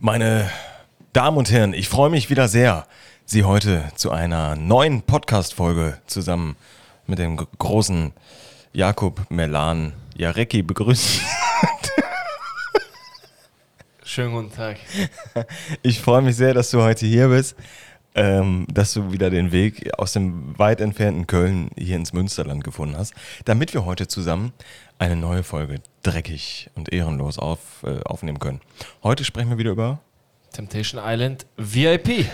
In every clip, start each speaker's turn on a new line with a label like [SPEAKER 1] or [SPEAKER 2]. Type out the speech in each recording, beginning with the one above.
[SPEAKER 1] Meine Damen und Herren, ich freue mich wieder sehr, Sie heute zu einer neuen Podcast-Folge zusammen mit dem gr- großen Jakub Melan Jarecki begrüßen.
[SPEAKER 2] Schönen guten Tag.
[SPEAKER 1] Ich freue mich sehr, dass du heute hier bist, ähm, dass du wieder den Weg aus dem weit entfernten Köln hier ins Münsterland gefunden hast, damit wir heute zusammen eine neue Folge dreckig und ehrenlos auf, äh, aufnehmen können. Heute sprechen wir wieder über
[SPEAKER 2] Temptation Island VIP.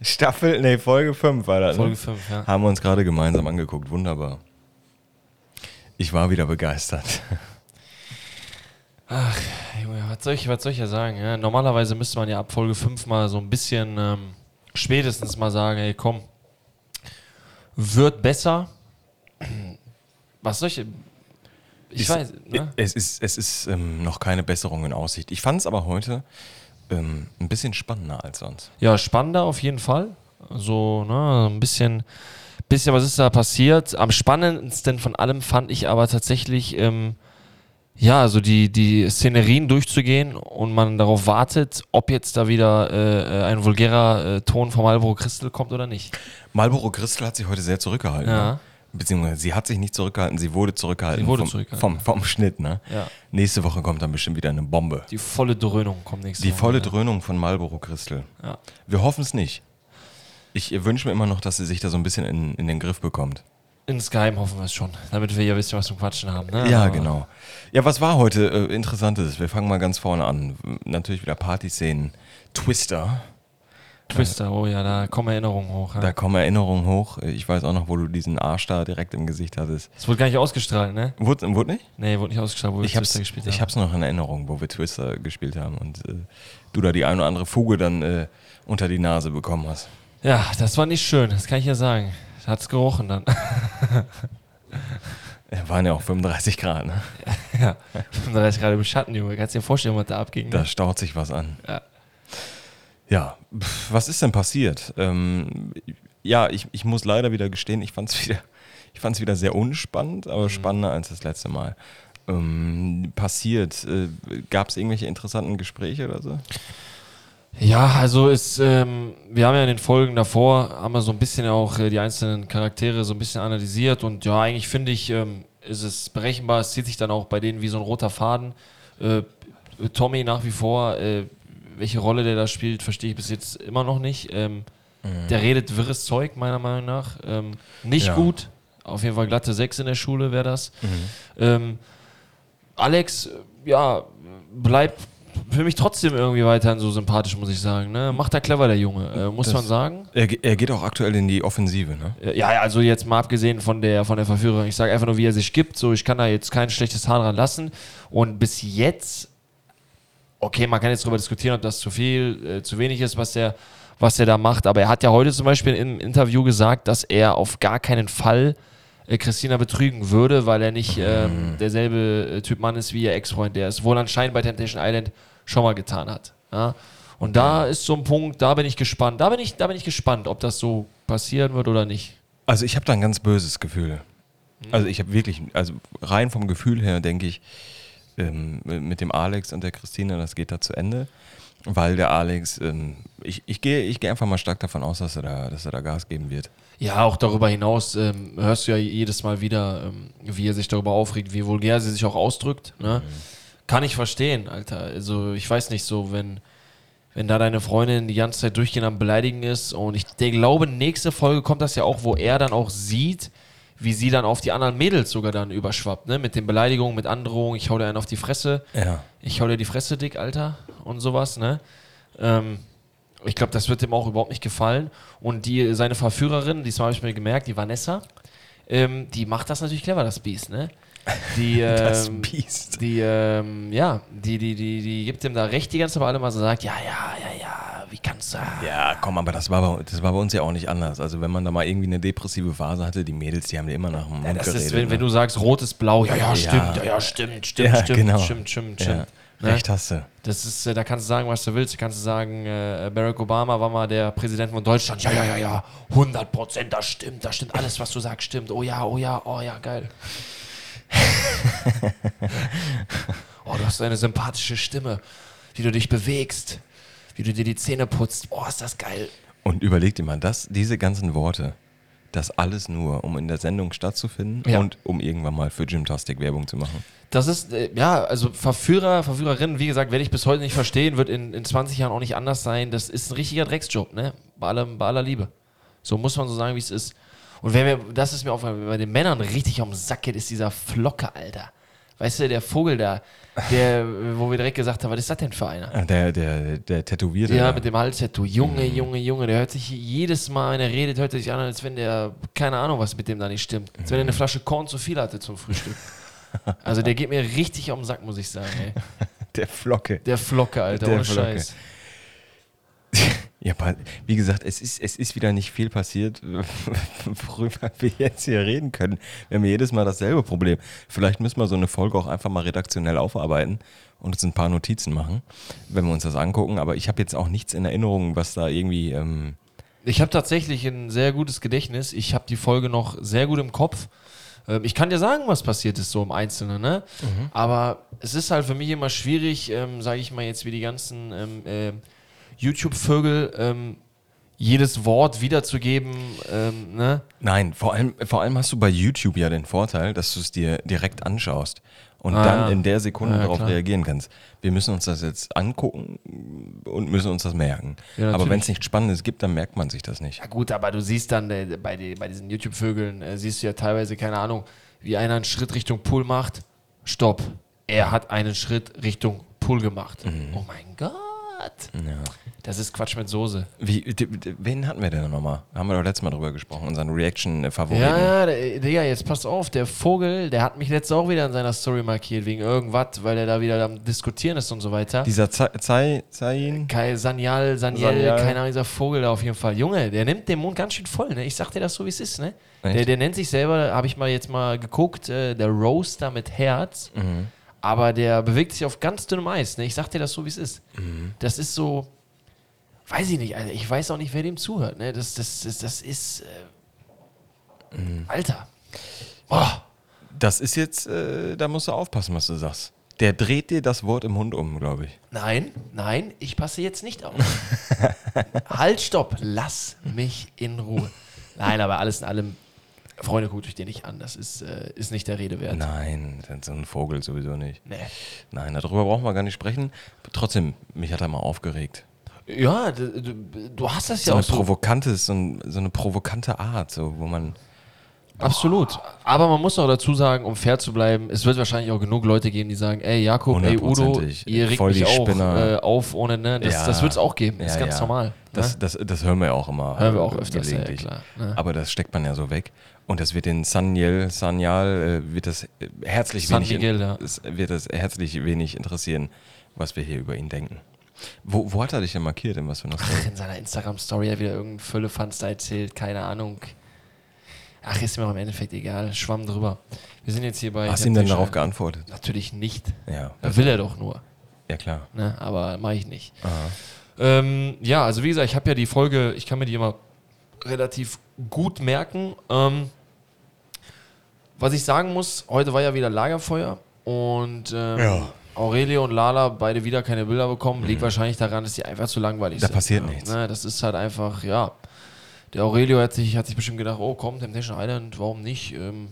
[SPEAKER 1] Staffel, nee, Folge 5 war das.
[SPEAKER 2] Folge
[SPEAKER 1] ne?
[SPEAKER 2] 5, ja.
[SPEAKER 1] Haben wir uns gerade gemeinsam angeguckt. Wunderbar. Ich war wieder begeistert.
[SPEAKER 2] Junge, was soll ich, was soll ich ja sagen? Ja? Normalerweise müsste man ja ab Folge 5 mal so ein bisschen ähm, spätestens mal sagen, ey komm, wird besser. Was soll ich. Ich
[SPEAKER 1] Ist-
[SPEAKER 2] weiß, ne?
[SPEAKER 1] Es ist, es ist ähm, noch keine Besserung in Aussicht. Ich fand es aber heute ähm, ein bisschen spannender als sonst.
[SPEAKER 2] Ja, spannender auf jeden Fall. So, ne, ein bisschen, bisschen, was ist da passiert? Am spannendsten von allem fand ich aber tatsächlich, ähm, ja, so die, die Szenerien durchzugehen und man darauf wartet, ob jetzt da wieder äh, äh, ein vulgärer äh, Ton vom Marlboro Crystal kommt oder nicht.
[SPEAKER 1] Marlboro Christel hat sich heute sehr zurückgehalten.
[SPEAKER 2] Ja.
[SPEAKER 1] Ne? Beziehungsweise sie hat sich nicht zurückgehalten, sie wurde zurückgehalten.
[SPEAKER 2] Sie wurde
[SPEAKER 1] vom,
[SPEAKER 2] zurückgehalten,
[SPEAKER 1] Vom, vom Schnitt, ne?
[SPEAKER 2] Ja.
[SPEAKER 1] Nächste Woche kommt dann bestimmt wieder eine Bombe.
[SPEAKER 2] Die volle Dröhnung kommt nächste
[SPEAKER 1] Die
[SPEAKER 2] Woche,
[SPEAKER 1] volle
[SPEAKER 2] ne?
[SPEAKER 1] Dröhnung von Marlboro Christel.
[SPEAKER 2] Ja.
[SPEAKER 1] Wir hoffen es nicht. Ich äh, wünsche mir immer noch, dass sie sich da so ein bisschen in, in den Griff bekommt.
[SPEAKER 2] Insgeheim hoffen wir es schon, damit wir ja wissen, was zum Quatschen haben. Ne?
[SPEAKER 1] Ja,
[SPEAKER 2] Aber
[SPEAKER 1] genau. Ja, was war heute äh, Interessantes? Wir fangen mal ganz vorne an. Natürlich wieder Partyszenen. Twister.
[SPEAKER 2] Twister, oh ja, da kommen Erinnerungen hoch. Ja.
[SPEAKER 1] Da kommen Erinnerungen hoch. Ich weiß auch noch, wo du diesen Arsch da direkt im Gesicht hattest.
[SPEAKER 2] Das wurde gar nicht ausgestrahlt, ne?
[SPEAKER 1] Wurde, wurde nicht?
[SPEAKER 2] Nee, wurde nicht ausgestrahlt, wo wir
[SPEAKER 1] Ich hab's,
[SPEAKER 2] Twister gespielt haben.
[SPEAKER 1] ich hab's noch in Erinnerung, wo wir Twister gespielt haben und äh, du da die ein oder andere Fuge dann äh, unter die Nase bekommen hast.
[SPEAKER 2] Ja, das war nicht schön, das kann ich ja sagen. Hat's gerochen dann.
[SPEAKER 1] Äh, Waren ja auch 35 Grad, ne?
[SPEAKER 2] ja. 35 Grad im Schatten, Junge. Kannst dir vorstellen, was da abging? ne?
[SPEAKER 1] Da staut sich was an.
[SPEAKER 2] Ja.
[SPEAKER 1] Ja, pf, was ist denn passiert? Ähm, ja, ich, ich muss leider wieder gestehen, ich fand es wieder, ich fand's wieder sehr unspannend, aber spannender als das letzte Mal. Ähm, passiert, äh, gab es irgendwelche interessanten Gespräche oder so?
[SPEAKER 2] Ja, also ist, ähm, wir haben ja in den Folgen davor, haben wir so ein bisschen auch äh, die einzelnen Charaktere so ein bisschen analysiert und ja, eigentlich finde ich, ähm, ist es berechenbar, es zieht sich dann auch bei denen wie so ein roter Faden. Äh, Tommy nach wie vor, äh, welche Rolle der da spielt, verstehe ich bis jetzt immer noch nicht. Ähm, Der redet wirres Zeug, meiner Meinung nach. Ähm, nicht
[SPEAKER 1] Ja.
[SPEAKER 2] gut, auf jeden Fall glatte Sechs in der Schule wäre das. Ähm, Alex, äh, ja, bleibt für mich trotzdem irgendwie weiterhin so sympathisch, muss ich sagen. Ne? Macht er clever, der Junge, äh, muss man sagen.
[SPEAKER 1] Er, ge- er geht auch aktuell in die Offensive, ne?
[SPEAKER 2] Äh, Ja, ja, also jetzt mal abgesehen von der, von der Verführung. Ich sage einfach nur, wie er sich gibt. So, ich kann da jetzt kein schlechtes Haar dran lassen. Und bis jetzt, okay, man kann jetzt darüber diskutieren, ob das zu viel, äh, zu wenig ist, was der, was der da macht. Aber er hat ja heute zum Beispiel im Interview gesagt, dass er auf gar keinen Fall äh, Christina betrügen würde, weil er nicht ähm, derselbe äh, Typ Mann ist wie ihr Ex-Freund, der es wohl anscheinend bei Temptation Island schon mal getan hat. Ja? Und da ist so ein Punkt, da bin ich gespannt. Da bin ich, da bin ich gespannt, ob das so passieren wird oder nicht.
[SPEAKER 1] Also ich habe da ein ganz böses Gefühl. Also ich habe wirklich, also rein vom Gefühl her denke ich, ähm, mit dem Alex und der Christine, das geht da zu Ende. Weil der Alex, ähm, ich, ich gehe ich gehe einfach mal stark davon aus, dass er da, dass er da Gas geben wird.
[SPEAKER 2] Ja, auch darüber hinaus ähm, hörst du ja jedes Mal wieder, ähm, wie er sich darüber aufregt, wie vulgär sie sich auch ausdrückt. Ne? Kann ich verstehen, Alter. Also ich weiß nicht so, wenn, wenn da deine Freundin die ganze Zeit durchgehend am Beleidigen ist und ich de- glaube, nächste Folge kommt das ja auch, wo er dann auch sieht, wie sie dann auf die anderen Mädels sogar dann überschwappt, ne? Mit den Beleidigungen, mit Androhungen, ich hau dir einen auf die Fresse
[SPEAKER 1] Ja.
[SPEAKER 2] ich hau dir die Fresse dick, Alter, und sowas, ne? Ähm, ich glaube, das wird dem auch überhaupt nicht gefallen. Und die, seine Verführerin, diesmal habe ich mir gemerkt, die Vanessa, ähm, die macht das natürlich clever, das Biest, ne? Die, ähm,
[SPEAKER 1] Das Biest.
[SPEAKER 2] Die, ähm, ja, die, die, die, die gibt dem da recht die ganze Zeit, aber alle mal so sagt, ja, ja, ja, ja, wie kannst du?
[SPEAKER 1] Ja, komm, aber das war, bei, das war bei uns ja auch nicht anders. Also wenn man da mal irgendwie eine depressive Phase hatte, die Mädels, die haben dir immer nach dem Mund
[SPEAKER 2] Ja, das
[SPEAKER 1] geredet.
[SPEAKER 2] ist, wenn,
[SPEAKER 1] ne?
[SPEAKER 2] wenn du sagst, rot ist blau, ja, ja, stimmt, ja, ja, stimmt, stimmt,
[SPEAKER 1] Ja,
[SPEAKER 2] stimmt,
[SPEAKER 1] genau.
[SPEAKER 2] stimmt, stimmt,
[SPEAKER 1] ja,
[SPEAKER 2] stimmt. Ne?
[SPEAKER 1] Recht hast du.
[SPEAKER 2] Das ist, äh, da kannst du sagen, was du willst. Da kannst du sagen, äh, Barack Obama war mal der Präsident von Deutschland. Ja, ja, ja, ja. 100 Prozent, das stimmt, das stimmt. Alles, was du sagst, stimmt. Oh ja, oh ja, oh ja, geil. oh, du hast eine sympathische Stimme. wie du dich bewegst, wie du dir die Zähne putzt. Boah, ist das geil.
[SPEAKER 1] Und überleg dir mal, das, diese ganzen Worte, das alles nur, um in der Sendung stattzufinden
[SPEAKER 2] Ja.
[SPEAKER 1] und um irgendwann mal für Gymtastic Werbung zu machen.
[SPEAKER 2] Das ist, äh, ja, also Verführer, Verführerinnen, wie gesagt, werde ich bis heute nicht verstehen, wird in, in 20 Jahren auch nicht anders sein. Das ist ein richtiger Drecksjob, ne? Bei, allem, bei aller Liebe. So muss man so sagen, wie es ist. Und wenn wir, das ist mir aufgefallen, wenn man den Männern richtig am Sack geht, ist dieser Flocke, Alter. Weißt du, der Vogel da, der, wo wir direkt gesagt haben, was ist das denn für einer?
[SPEAKER 1] Ah, Der, der, der Tätowierte.
[SPEAKER 2] Ja,
[SPEAKER 1] da.
[SPEAKER 2] mit dem Halstattoo. Junge,
[SPEAKER 1] Mhm.
[SPEAKER 2] Junge, Junge, der hört sich jedes Mal, wenn er redet, hört er sich an, als wenn der, keine Ahnung, was mit dem da nicht stimmt. Als wenn er eine
[SPEAKER 1] Mhm.
[SPEAKER 2] Flasche Korn zu viel hatte zum Frühstück. Also der geht mir richtig auf den Sack, muss ich sagen, ey.
[SPEAKER 1] der Flocke.
[SPEAKER 2] Der Flocke, Alter,
[SPEAKER 1] Der
[SPEAKER 2] ohne
[SPEAKER 1] Flocke.
[SPEAKER 2] Scheiß.
[SPEAKER 1] Ja, aber wie gesagt, es ist, es ist wieder nicht viel passiert, worüber wir jetzt hier reden können. Wir haben jedes Mal dasselbe Problem. Vielleicht müssen wir so eine Folge auch einfach mal redaktionell aufarbeiten und uns ein paar Notizen machen, wenn wir uns das angucken. Aber ich habe jetzt auch nichts in Erinnerung, was da irgendwie. Ähm,
[SPEAKER 2] Ich habe tatsächlich ein sehr gutes Gedächtnis. Ich habe die Folge noch sehr gut im Kopf. Ähm, Ich kann dir sagen, was passiert ist, so im Einzelnen, ne? Aber es ist halt für mich immer schwierig, ähm, sage ich mal jetzt, wie die ganzen ähm, ähm, YouTube-Vögel, ähm, jedes Wort wiederzugeben, ähm, ne?
[SPEAKER 1] Nein, vor allem, vor allem hast du bei YouTube ja den Vorteil, dass du es dir direkt anschaust und
[SPEAKER 2] Ah, ja.
[SPEAKER 1] dann in der Sekunde
[SPEAKER 2] Ja, ja,
[SPEAKER 1] darauf
[SPEAKER 2] klar.
[SPEAKER 1] reagieren kannst. Wir müssen uns das jetzt angucken und müssen uns das merken.
[SPEAKER 2] Ja, natürlich.
[SPEAKER 1] Aber wenn es nichts Spannendes gibt, dann merkt man sich das nicht.
[SPEAKER 2] Ja gut, aber du siehst dann äh, bei, die, bei diesen YouTube-Vögeln, äh, siehst du ja teilweise, keine Ahnung, wie einer einen Schritt Richtung Pool macht. Stopp. Er hat einen Schritt Richtung Pool gemacht. Oh mein Gott. Das ist Quatsch mit Soße.
[SPEAKER 1] Wie, d- d- wen hatten wir denn nochmal? Haben wir doch letztes Mal drüber gesprochen, unseren Reaction-Favoriten.
[SPEAKER 2] Ja, ja, der- Digga, jetzt pass auf, der Vogel, der hat mich letztes auch wieder in seiner Story markiert, wegen irgendwas, weil er da wieder am Diskutieren ist und so weiter.
[SPEAKER 1] Dieser Za- Zai, Zain,
[SPEAKER 2] Kai Sanyal, Sanyel,
[SPEAKER 1] Sanyal.
[SPEAKER 2] keine Ahnung, dieser Vogel da auf jeden Fall. Junge, der nimmt den Mond ganz schön voll, ne? Ich sag dir das so, wie es ist, ne?
[SPEAKER 1] Echt?
[SPEAKER 2] Der, der nennt sich selber, habe ich mal jetzt mal geguckt, äh, der Roaster mit Herz.
[SPEAKER 1] Mhm.
[SPEAKER 2] Aber der bewegt sich auf ganz dünnem Eis, ne? Ich sag dir das so, wie es ist.
[SPEAKER 1] Mhm.
[SPEAKER 2] Das ist so, weiß ich nicht, Alter. Ich weiß auch nicht, wer dem zuhört, ne? Das, das, das, das ist, äh,
[SPEAKER 1] Mhm.
[SPEAKER 2] Alter. Boah.
[SPEAKER 1] das ist jetzt, äh, da musst du aufpassen, was du sagst. Der dreht dir das Wort im Mund um, glaube ich.
[SPEAKER 2] Nein, nein, ich passe jetzt nicht auf. halt, stopp, lass mich in Ruhe. Nein, aber alles in allem, Freunde, guckt euch den nicht an. Das ist, äh, ist nicht der Rede wert.
[SPEAKER 1] Nein, so ein Vogel sowieso nicht.
[SPEAKER 2] Nee.
[SPEAKER 1] Nein, darüber brauchen wir gar nicht sprechen. Trotzdem, mich hat er mal aufgeregt.
[SPEAKER 2] Ja, du, du, du hast das
[SPEAKER 1] So
[SPEAKER 2] ja auch
[SPEAKER 1] eine
[SPEAKER 2] so.
[SPEAKER 1] provokante, so, ein, so eine provokante Art, so, wo man.
[SPEAKER 2] Absolut. Aber man muss auch dazu sagen, um fair zu bleiben, es wird wahrscheinlich auch genug Leute geben, die sagen, ey Jakob, ey Udo,
[SPEAKER 1] Hundertprozentig.
[SPEAKER 2] ihr regt
[SPEAKER 1] Voll die
[SPEAKER 2] mich auch
[SPEAKER 1] Spinner.
[SPEAKER 2] äh, auf ohne, ne? Das,
[SPEAKER 1] Ja.
[SPEAKER 2] das wird es auch geben. Das ist
[SPEAKER 1] Ja,
[SPEAKER 2] ganz
[SPEAKER 1] ja.
[SPEAKER 2] normal.
[SPEAKER 1] Das,
[SPEAKER 2] ne?
[SPEAKER 1] das, das hören wir ja auch immer.
[SPEAKER 2] Hören wir auch
[SPEAKER 1] äh,
[SPEAKER 2] öfters, ja,
[SPEAKER 1] gelegentlich.
[SPEAKER 2] klar, ne?
[SPEAKER 1] Aber das steckt man ja so weg. Und das wird den Sanyel, Sanyal, äh, wird das äh, herzlich
[SPEAKER 2] San
[SPEAKER 1] wenig. in-
[SPEAKER 2] Miguel, ja.
[SPEAKER 1] es wird das herzlich wenig interessieren, was wir hier über ihn denken. Wo, wo hat er dich denn markiert? In was für einer Story?
[SPEAKER 2] in seiner Instagram-Story hat wieder irgendein Füllefanz da erzählt, keine Ahnung. Ach, ist mir auch im Endeffekt egal, schwamm drüber. Wir sind jetzt hier bei.
[SPEAKER 1] Hast
[SPEAKER 2] ich
[SPEAKER 1] du ihm
[SPEAKER 2] hab
[SPEAKER 1] dann
[SPEAKER 2] die
[SPEAKER 1] darauf
[SPEAKER 2] schon-
[SPEAKER 1] geantwortet?
[SPEAKER 2] Natürlich nicht.
[SPEAKER 1] Ja,
[SPEAKER 2] Da will er doch nur,
[SPEAKER 1] ja klar.
[SPEAKER 2] ne? aber mache ich nicht.
[SPEAKER 1] Aha.
[SPEAKER 2] Ähm, ja, also wie gesagt, ich habe ja die Folge, ich kann mir die immer relativ gut merken. Ähm, was ich sagen muss, heute war ja wieder Lagerfeuer und ähm,
[SPEAKER 1] Ja. Mhm.
[SPEAKER 2] Aurelie und Lala beide wieder keine Bilder bekommen. Liegt wahrscheinlich daran, dass die einfach zu langweilig
[SPEAKER 1] Da
[SPEAKER 2] sind.
[SPEAKER 1] passiert
[SPEAKER 2] ja.
[SPEAKER 1] nichts.
[SPEAKER 2] Ne, das ist halt einfach, ja. Der Aurelio hat sich, hat sich bestimmt gedacht, oh komm, Temptation Island, warum nicht? Ähm,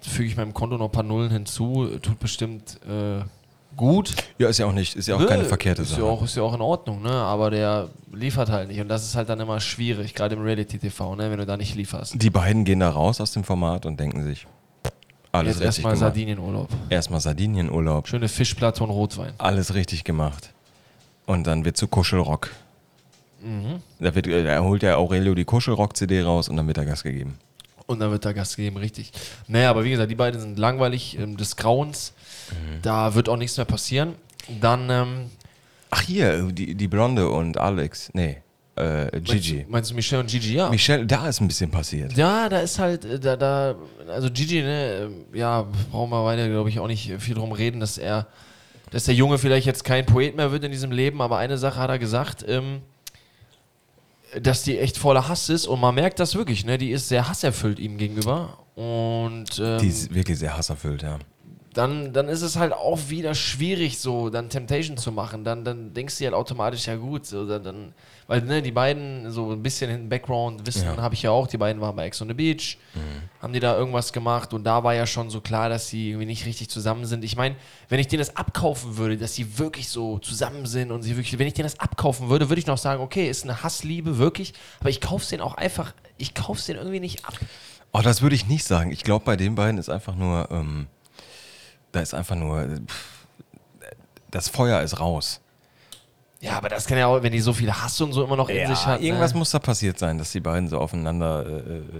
[SPEAKER 2] füge ich meinem Konto noch ein paar Nullen hinzu, tut bestimmt äh, gut.
[SPEAKER 1] Ja, ist ja auch nicht, ist ja auch
[SPEAKER 2] Nö,
[SPEAKER 1] keine verkehrte
[SPEAKER 2] ist
[SPEAKER 1] Sache.
[SPEAKER 2] Ja auch, ist ja auch in Ordnung, ne? aber der liefert halt nicht. Und das ist halt dann immer schwierig, gerade im Reality-TV, ne? wenn du da nicht lieferst.
[SPEAKER 1] Die beiden gehen da raus aus dem Format und denken sich, alles
[SPEAKER 2] Jetzt
[SPEAKER 1] richtig
[SPEAKER 2] erstmal
[SPEAKER 1] gemacht.
[SPEAKER 2] Sardinienurlaub.
[SPEAKER 1] Erstmal Sardinienurlaub,
[SPEAKER 2] Schöne Fischplatte und Rotwein.
[SPEAKER 1] alles richtig gemacht. Und dann wird zu Kuschelrock.
[SPEAKER 2] Mhm.
[SPEAKER 1] Da, wird, äh, da holt der Aurelio die Kuschelrock-CD raus und dann wird er Gas gegeben.
[SPEAKER 2] Und dann wird da Gast gegeben, richtig. Naja, aber wie gesagt, die beiden sind langweilig ähm, des Grauens.
[SPEAKER 1] Mhm.
[SPEAKER 2] Da wird auch nichts mehr passieren. Dann, ähm,
[SPEAKER 1] Ach hier, die, die Blonde und Alex, nee, äh, Gigi.
[SPEAKER 2] Meinst, meinst du Michelle und Gigi? Ja.
[SPEAKER 1] Michelle, da ist ein bisschen passiert.
[SPEAKER 2] Ja, da ist halt, äh, da, da, also Gigi, ne, äh, ja, brauchen wir weiter, glaube ich, auch nicht viel drum reden, dass er, dass der Junge vielleicht jetzt kein Poet mehr wird in diesem Leben, aber eine Sache hat er gesagt, ähm, dass die echt voller Hass ist und man merkt das wirklich, ne, die ist sehr hasserfüllt ihm gegenüber und ähm,
[SPEAKER 1] Die ist wirklich sehr hasserfüllt, ja.
[SPEAKER 2] dann, dann ist es halt auch wieder schwierig, so dann Temptation zu machen. Dann, dann denkst du dir halt automatisch, ja gut, so, dann, dann, weil ne, die beiden so ein bisschen im Background wissen,
[SPEAKER 1] Ja. Mhm.
[SPEAKER 2] habe ich ja auch, die beiden waren bei Ex on the Beach, haben die da irgendwas gemacht und da war ja schon so klar, dass sie irgendwie nicht richtig zusammen sind. Ich meine, wenn ich denen das abkaufen würde, dass sie wirklich so zusammen sind und sie wirklich, wenn ich denen das abkaufen würde, würde ich noch sagen, okay, ist eine Hassliebe, wirklich, aber ich kauf's denen auch einfach, ich kauf's denen irgendwie nicht ab.
[SPEAKER 1] Oh, das würde ich nicht sagen. Ich glaube, bei den beiden ist einfach nur, ähm, da ist einfach nur, äh, pff, das Feuer ist raus.
[SPEAKER 2] Ja, aber das kann ja auch, wenn die so viel Hass und so immer noch in sich hat.
[SPEAKER 1] irgendwas
[SPEAKER 2] ne?
[SPEAKER 1] muss da passiert sein, dass die beiden so aufeinander. Äh, äh, äh,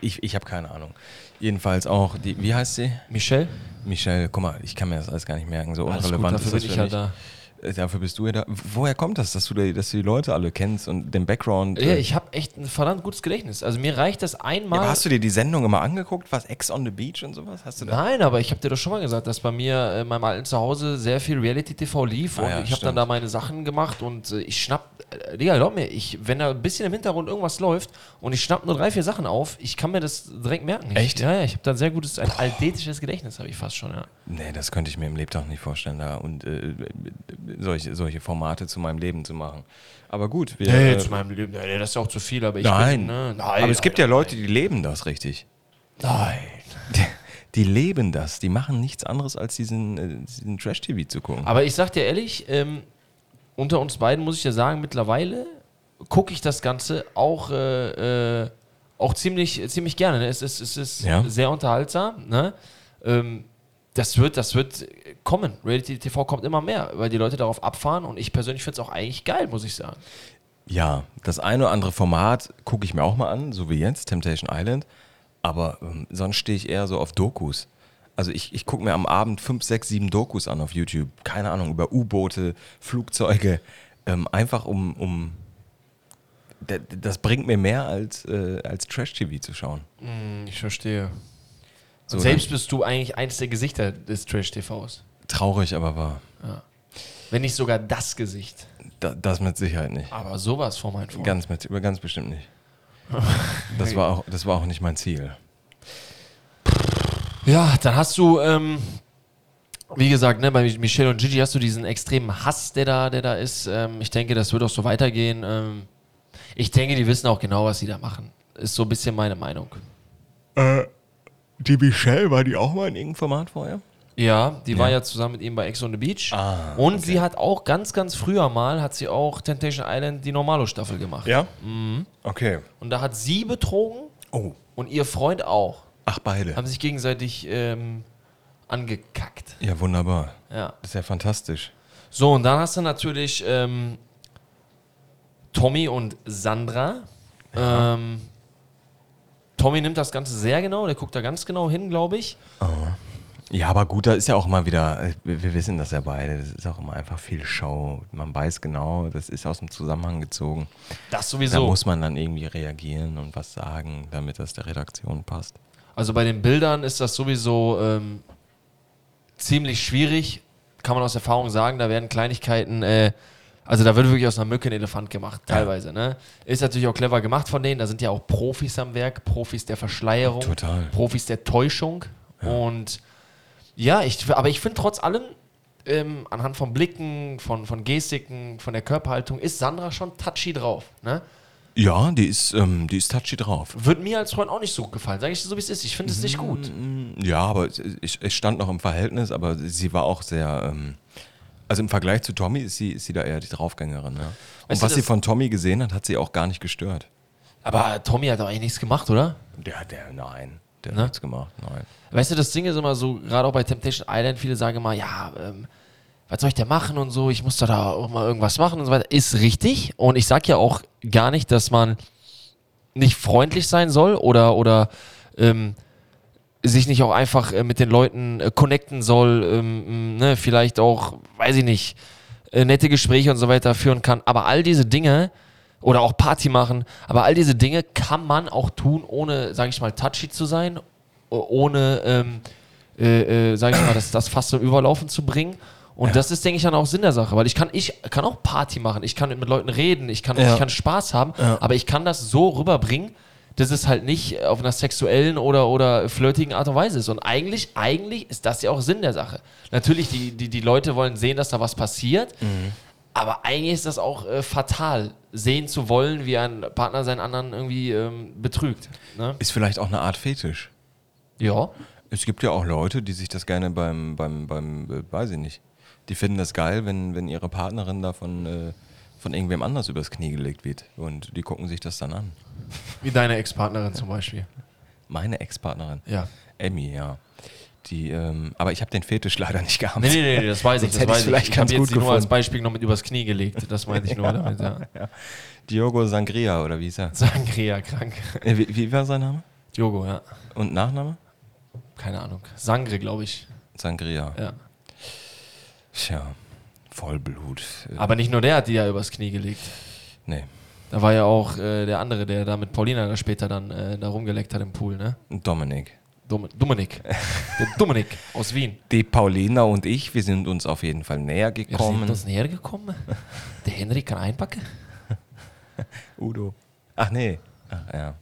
[SPEAKER 1] ich ich habe keine Ahnung. Jedenfalls auch die, wie heißt sie?
[SPEAKER 2] Michelle?
[SPEAKER 1] Michelle, guck mal, ich kann mir das alles gar nicht merken. So
[SPEAKER 2] Alles
[SPEAKER 1] unrelevant
[SPEAKER 2] gut, dafür
[SPEAKER 1] ist das
[SPEAKER 2] bin ich halt da.
[SPEAKER 1] da. Dafür bist du ja da. Woher kommt das, dass du, die- dass du die Leute alle kennst und den Background?
[SPEAKER 2] Ja,
[SPEAKER 1] äh,
[SPEAKER 2] ich habe echt ein verdammt gutes Gedächtnis. Also mir reicht das einmal.
[SPEAKER 1] aber hast du dir die Sendung immer angeguckt? Was Ex on the Beach und sowas? Hast du da?
[SPEAKER 2] Nein, aber ich habe dir doch schon mal gesagt, dass bei mir äh, in meinem alten Zuhause sehr viel Reality-TV lief
[SPEAKER 1] Ah
[SPEAKER 2] und
[SPEAKER 1] ja,
[SPEAKER 2] ich habe
[SPEAKER 1] stimmt.
[SPEAKER 2] dann da meine Sachen gemacht und äh, ich schnapp, äh, Digga, glaub mir, ich, wenn da ein bisschen im Hintergrund irgendwas läuft und ich schnapp nur drei, vier Sachen auf, ich kann mir das direkt merken. Ich,
[SPEAKER 1] Echt?
[SPEAKER 2] Ja, ja, ich habe da ein sehr gutes, ein aldetisches Gedächtnis, habe ich fast schon, ja.
[SPEAKER 1] Nee, das könnte ich mir im Lebtag nicht vorstellen, da und äh, solche, solche Formate zu meinem Leben zu machen. Aber gut, wir.
[SPEAKER 2] Nee,
[SPEAKER 1] äh,
[SPEAKER 2] zu meinem Leben, nee, das ist ja auch zu viel, aber ich
[SPEAKER 1] nein.
[SPEAKER 2] bin, ne, nein.
[SPEAKER 1] aber es gibt ja Leute, die leben das richtig.
[SPEAKER 2] Nein.
[SPEAKER 1] Die leben das, die machen nichts anderes, als diesen, äh, diesen Trash-TV zu gucken.
[SPEAKER 2] Aber ich sag dir ehrlich, ähm, unter uns beiden muss ich ja sagen, mittlerweile gucke ich das Ganze auch, äh, äh, auch ziemlich, ziemlich gerne. Ne? Es ist, es ist
[SPEAKER 1] Ja.
[SPEAKER 2] sehr unterhaltsam. Ne? Ähm, das wird, das wird kommen. Reality TV kommt immer mehr, weil die Leute darauf abfahren und ich persönlich finde es auch eigentlich geil, muss ich sagen.
[SPEAKER 1] Ja, das eine oder andere Format gucke ich mir auch mal an, so wie jetzt, Temptation Island. Aber ähm, sonst stehe ich eher so auf Dokus. Also ich, ich gucke mir am Abend fünf, sechs, sieben Dokus an auf YouTube. Keine Ahnung, über U-Boote, Flugzeuge. Ähm, einfach um, um d- d- das bringt mir mehr als, äh, als Trash-TV zu schauen.
[SPEAKER 2] Hm, Ich verstehe.
[SPEAKER 1] So, ne?
[SPEAKER 2] und selbst bist du eigentlich eins der Gesichter des Trash TVs.
[SPEAKER 1] dann- Traurig aber war.
[SPEAKER 2] Wenn nicht sogar das Gesicht.
[SPEAKER 1] Da, das mit Sicherheit nicht.
[SPEAKER 2] Aber sowas vor meinen Augen.
[SPEAKER 1] Ganz, mit, ganz bestimmt nicht. Das war, auch, das war auch nicht mein Ziel.
[SPEAKER 2] Ja, dann hast du, ähm, wie gesagt, ne, bei Michelle und Gigi hast du diesen extremen Hass, der da, der da ist. Ähm, ich denke, das wird auch so weitergehen. Ähm, ich denke, die wissen auch genau, was sie da machen. Ist so ein bisschen meine Meinung.
[SPEAKER 1] Äh, Die Michelle, war die auch mal in irgendeinem Format vorher?
[SPEAKER 2] Ja, die war ja zusammen mit ihm bei Ex on the Beach.
[SPEAKER 1] Ah,
[SPEAKER 2] und sie hat auch ganz, ganz früher mal, hat sie auch Temptation Island die Normalo-Staffel gemacht.
[SPEAKER 1] Ja? Mhm. Okay.
[SPEAKER 2] Und da hat sie betrogen
[SPEAKER 1] Oh.
[SPEAKER 2] und ihr Freund auch.
[SPEAKER 1] Ach, beide.
[SPEAKER 2] Haben sich gegenseitig ähm, angekackt.
[SPEAKER 1] Ja, wunderbar.
[SPEAKER 2] Ja.
[SPEAKER 1] Das ist ja fantastisch.
[SPEAKER 2] So, und dann hast du natürlich ähm, Tommy und Sandra. Ähm, Tommy nimmt das Ganze sehr genau, der guckt da ganz genau hin, glaube ich.
[SPEAKER 1] Ja, aber gut, da ist ja auch immer wieder, äh, wir wir wissen das ja beide, das ist auch immer einfach viel Show. Man weiß genau, das ist aus dem Zusammenhang gezogen.
[SPEAKER 2] Das
[SPEAKER 1] Da
[SPEAKER 2] sowieso.
[SPEAKER 1] muss man dann irgendwie reagieren und was sagen, damit das der Redaktion passt.
[SPEAKER 2] Also bei den Bildern ist das sowieso ähm, ziemlich schwierig, kann man aus Erfahrung sagen. Da werden Kleinigkeiten, äh, also da wird wirklich aus einer Mücke ein Elefant gemacht, teilweise. Ne? Ist natürlich auch clever gemacht von denen. Da sind ja auch Profis am Werk, Profis der Verschleierung,
[SPEAKER 1] Total.
[SPEAKER 2] Profis der Täuschung. Und ja, ich, aber ich finde trotz allem, ähm, anhand von Blicken, von, von Gestiken, von der Körperhaltung, ist Sandra schon touchy drauf. Ne?
[SPEAKER 1] Ja, die ist, ähm, die ist touchy drauf.
[SPEAKER 2] Wird mir als Freund auch nicht so gefallen, sage ich so, wie es ist. Ich finde es nicht gut.
[SPEAKER 1] Hm, Ja, aber es- es es stand noch im Verhältnis, aber sie war auch sehr. Ähm, also im Vergleich zu Tommy ist sie, ist sie da eher die Draufgängerin. Ja? Und
[SPEAKER 2] Weißt du,
[SPEAKER 1] was sie
[SPEAKER 2] das-
[SPEAKER 1] von Tommy gesehen hat, hat sie auch gar nicht gestört.
[SPEAKER 2] Aber Tommy hat doch eigentlich nichts gemacht, oder?
[SPEAKER 1] Der, der, nein. Der
[SPEAKER 2] Ne?
[SPEAKER 1] hat nichts gemacht, nein.
[SPEAKER 2] Weißt du, das Ding ist immer so, gerade auch bei Temptation Island, viele sagen immer, ja, ähm, was soll ich denn machen und so, ich muss doch da auch mal irgendwas machen und so weiter. Ist richtig. Und ich sag ja auch gar nicht, dass man nicht freundlich sein soll oder, oder ähm, sich nicht auch einfach äh, mit den Leuten äh, connecten soll, ähm, mh, ne, vielleicht auch, weiß ich nicht, äh, nette Gespräche und so weiter führen kann. Aber all diese Dinge oder auch Party machen, aber all diese Dinge kann man auch tun, ohne, sage ich mal, touchy zu sein, o- ohne, ähm, äh, äh, sage ich mal, das, das Fass zum Überlaufen zu bringen. Und das ist, denke ich, dann auch Sinn der Sache, weil ich kann, ich kann auch Party machen, ich kann mit Leuten reden, ich kann,
[SPEAKER 1] Ja.
[SPEAKER 2] ich kann Spaß haben,
[SPEAKER 1] Ja.
[SPEAKER 2] aber ich kann das so rüberbringen, dass es halt nicht auf einer sexuellen oder, oder flirtigen Art und Weise ist. Und eigentlich, eigentlich ist das ja auch Sinn der Sache. Natürlich, die, die, die Leute wollen sehen, dass da was passiert, aber eigentlich ist das auch äh, fatal, sehen zu wollen, wie ein Partner seinen anderen irgendwie ähm, betrügt. Ne?
[SPEAKER 1] Ist vielleicht auch eine Art Fetisch.
[SPEAKER 2] Ja.
[SPEAKER 1] Es gibt ja auch Leute, die sich das gerne beim, beim, beim, äh, weiß ich nicht, die finden das geil, wenn, wenn ihre Partnerin da von, äh, von irgendwem anders übers Knie gelegt wird. Und die gucken sich das dann an.
[SPEAKER 2] Wie deine Ex-Partnerin zum Beispiel.
[SPEAKER 1] Meine Ex-Partnerin.
[SPEAKER 2] Ja.
[SPEAKER 1] Emmy, ja. Die, ähm, aber ich habe den Fetisch leider nicht gehabt.
[SPEAKER 2] Nee, nee, nee, nee, das weiß ich.
[SPEAKER 1] Sonst
[SPEAKER 2] Das
[SPEAKER 1] hätte ich's
[SPEAKER 2] weiß ich.
[SPEAKER 1] vielleicht
[SPEAKER 2] ich
[SPEAKER 1] ganz
[SPEAKER 2] hab
[SPEAKER 1] gut
[SPEAKER 2] jetzt die nur als
[SPEAKER 1] gefunden.
[SPEAKER 2] Beispiel genommen mit übers Knie gelegt. Das meinte ich nur damit, ja.
[SPEAKER 1] Diogo Sangria, oder wie hieß er?
[SPEAKER 2] Sangria krank.
[SPEAKER 1] Äh, Wie, wie war sein Name?
[SPEAKER 2] Jogo, ja.
[SPEAKER 1] Und Nachname?
[SPEAKER 2] Keine Ahnung. Sangre, glaube ich.
[SPEAKER 1] Sangria.
[SPEAKER 2] Ja.
[SPEAKER 1] Tja, Vollblut. Äh,
[SPEAKER 2] Aber nicht nur der hat die ja übers Knie gelegt.
[SPEAKER 1] nee.
[SPEAKER 2] Da war ja auch äh, der andere, der da mit Paulina da später dann äh, da rumgeleckt hat im Pool, ne?
[SPEAKER 1] Dominik.
[SPEAKER 2] Dom Dominik. der Dominik aus Wien.
[SPEAKER 1] Die Paulina und ich, wir sind uns auf jeden Fall näher
[SPEAKER 2] Ja, sind
[SPEAKER 1] gekommen.
[SPEAKER 2] uns näher gekommen. Der Henry kann einpacken.
[SPEAKER 1] Udo. Ach nee. Ach, ja.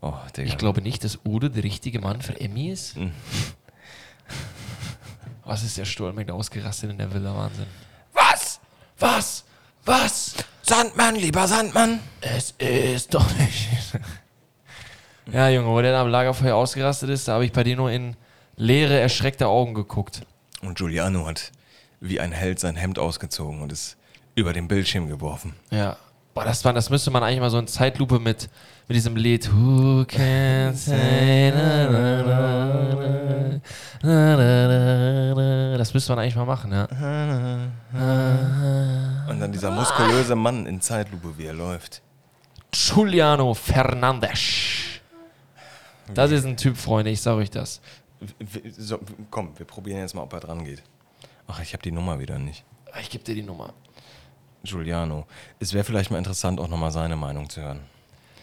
[SPEAKER 1] Oh, Digga.
[SPEAKER 2] Ich glaube nicht, dass Udo der richtige Mann für Emmy ist. Was ist der Stolmeck ausgerastet in der Villa? Wahnsinn.
[SPEAKER 1] Was?
[SPEAKER 2] Was? Was?
[SPEAKER 1] Sandmann, lieber Sandmann.
[SPEAKER 2] Es ist doch nicht. ja, Junge, wo der da am Lagerfeuer ausgerastet ist, da habe ich bei dir nur in leere, erschreckte Augen geguckt.
[SPEAKER 1] Und Giuliano hat wie ein Held sein Hemd ausgezogen und es über den Bildschirm geworfen.
[SPEAKER 2] Ja. Boah, das, war, das müsste man eigentlich mal so in Zeitlupe mit, mit diesem Lied. Who can say na, na, na, na, na, na, na, na. Das müsste man eigentlich mal machen, ja.
[SPEAKER 1] Und dann dieser muskulöse Mann in Zeitlupe, wie er läuft.
[SPEAKER 2] Giuliano Fernandes. Das ist ein Typ, Freunde, ich sag euch das.
[SPEAKER 1] W- w- So, w- komm, wir probieren jetzt mal, ob er dran geht. Ach, ich habe die Nummer wieder nicht.
[SPEAKER 2] Ich gebe dir die Nummer.
[SPEAKER 1] Giuliano. Es wäre vielleicht mal interessant, auch nochmal seine Meinung zu hören.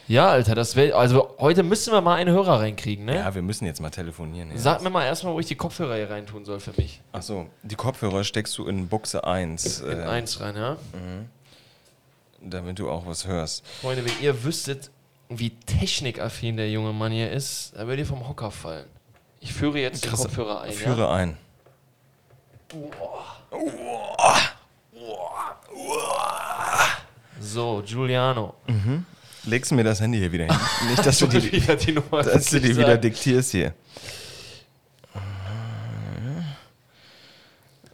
[SPEAKER 2] Ja, Alter, das wär, also heute müssen wir mal einen Hörer reinkriegen, ne?
[SPEAKER 1] Ja, wir müssen jetzt mal telefonieren. Ja.
[SPEAKER 2] Sag mir mal erstmal, wo ich die Kopfhörer hier reintun soll für mich.
[SPEAKER 1] Ach so, die Kopfhörer steckst du in Buchse 1,
[SPEAKER 2] In
[SPEAKER 1] äh,
[SPEAKER 2] eins rein, ja?
[SPEAKER 1] damit du auch was hörst.
[SPEAKER 2] Freunde, wenn ihr wüsstet, wie technikaffin der junge Mann hier ist, dann würdet ihr vom Hocker fallen. Ich führe jetzt die
[SPEAKER 1] Krasse-
[SPEAKER 2] Kopfhörer ein,
[SPEAKER 1] Führe
[SPEAKER 2] ja?
[SPEAKER 1] ein.
[SPEAKER 2] So, Giuliano.
[SPEAKER 1] Legst du mir das Handy hier wieder hin? Nicht, dass du die,
[SPEAKER 2] wieder die Nummer.
[SPEAKER 1] dass du die
[SPEAKER 2] wirklich
[SPEAKER 1] wieder
[SPEAKER 2] sagen.
[SPEAKER 1] diktierst hier.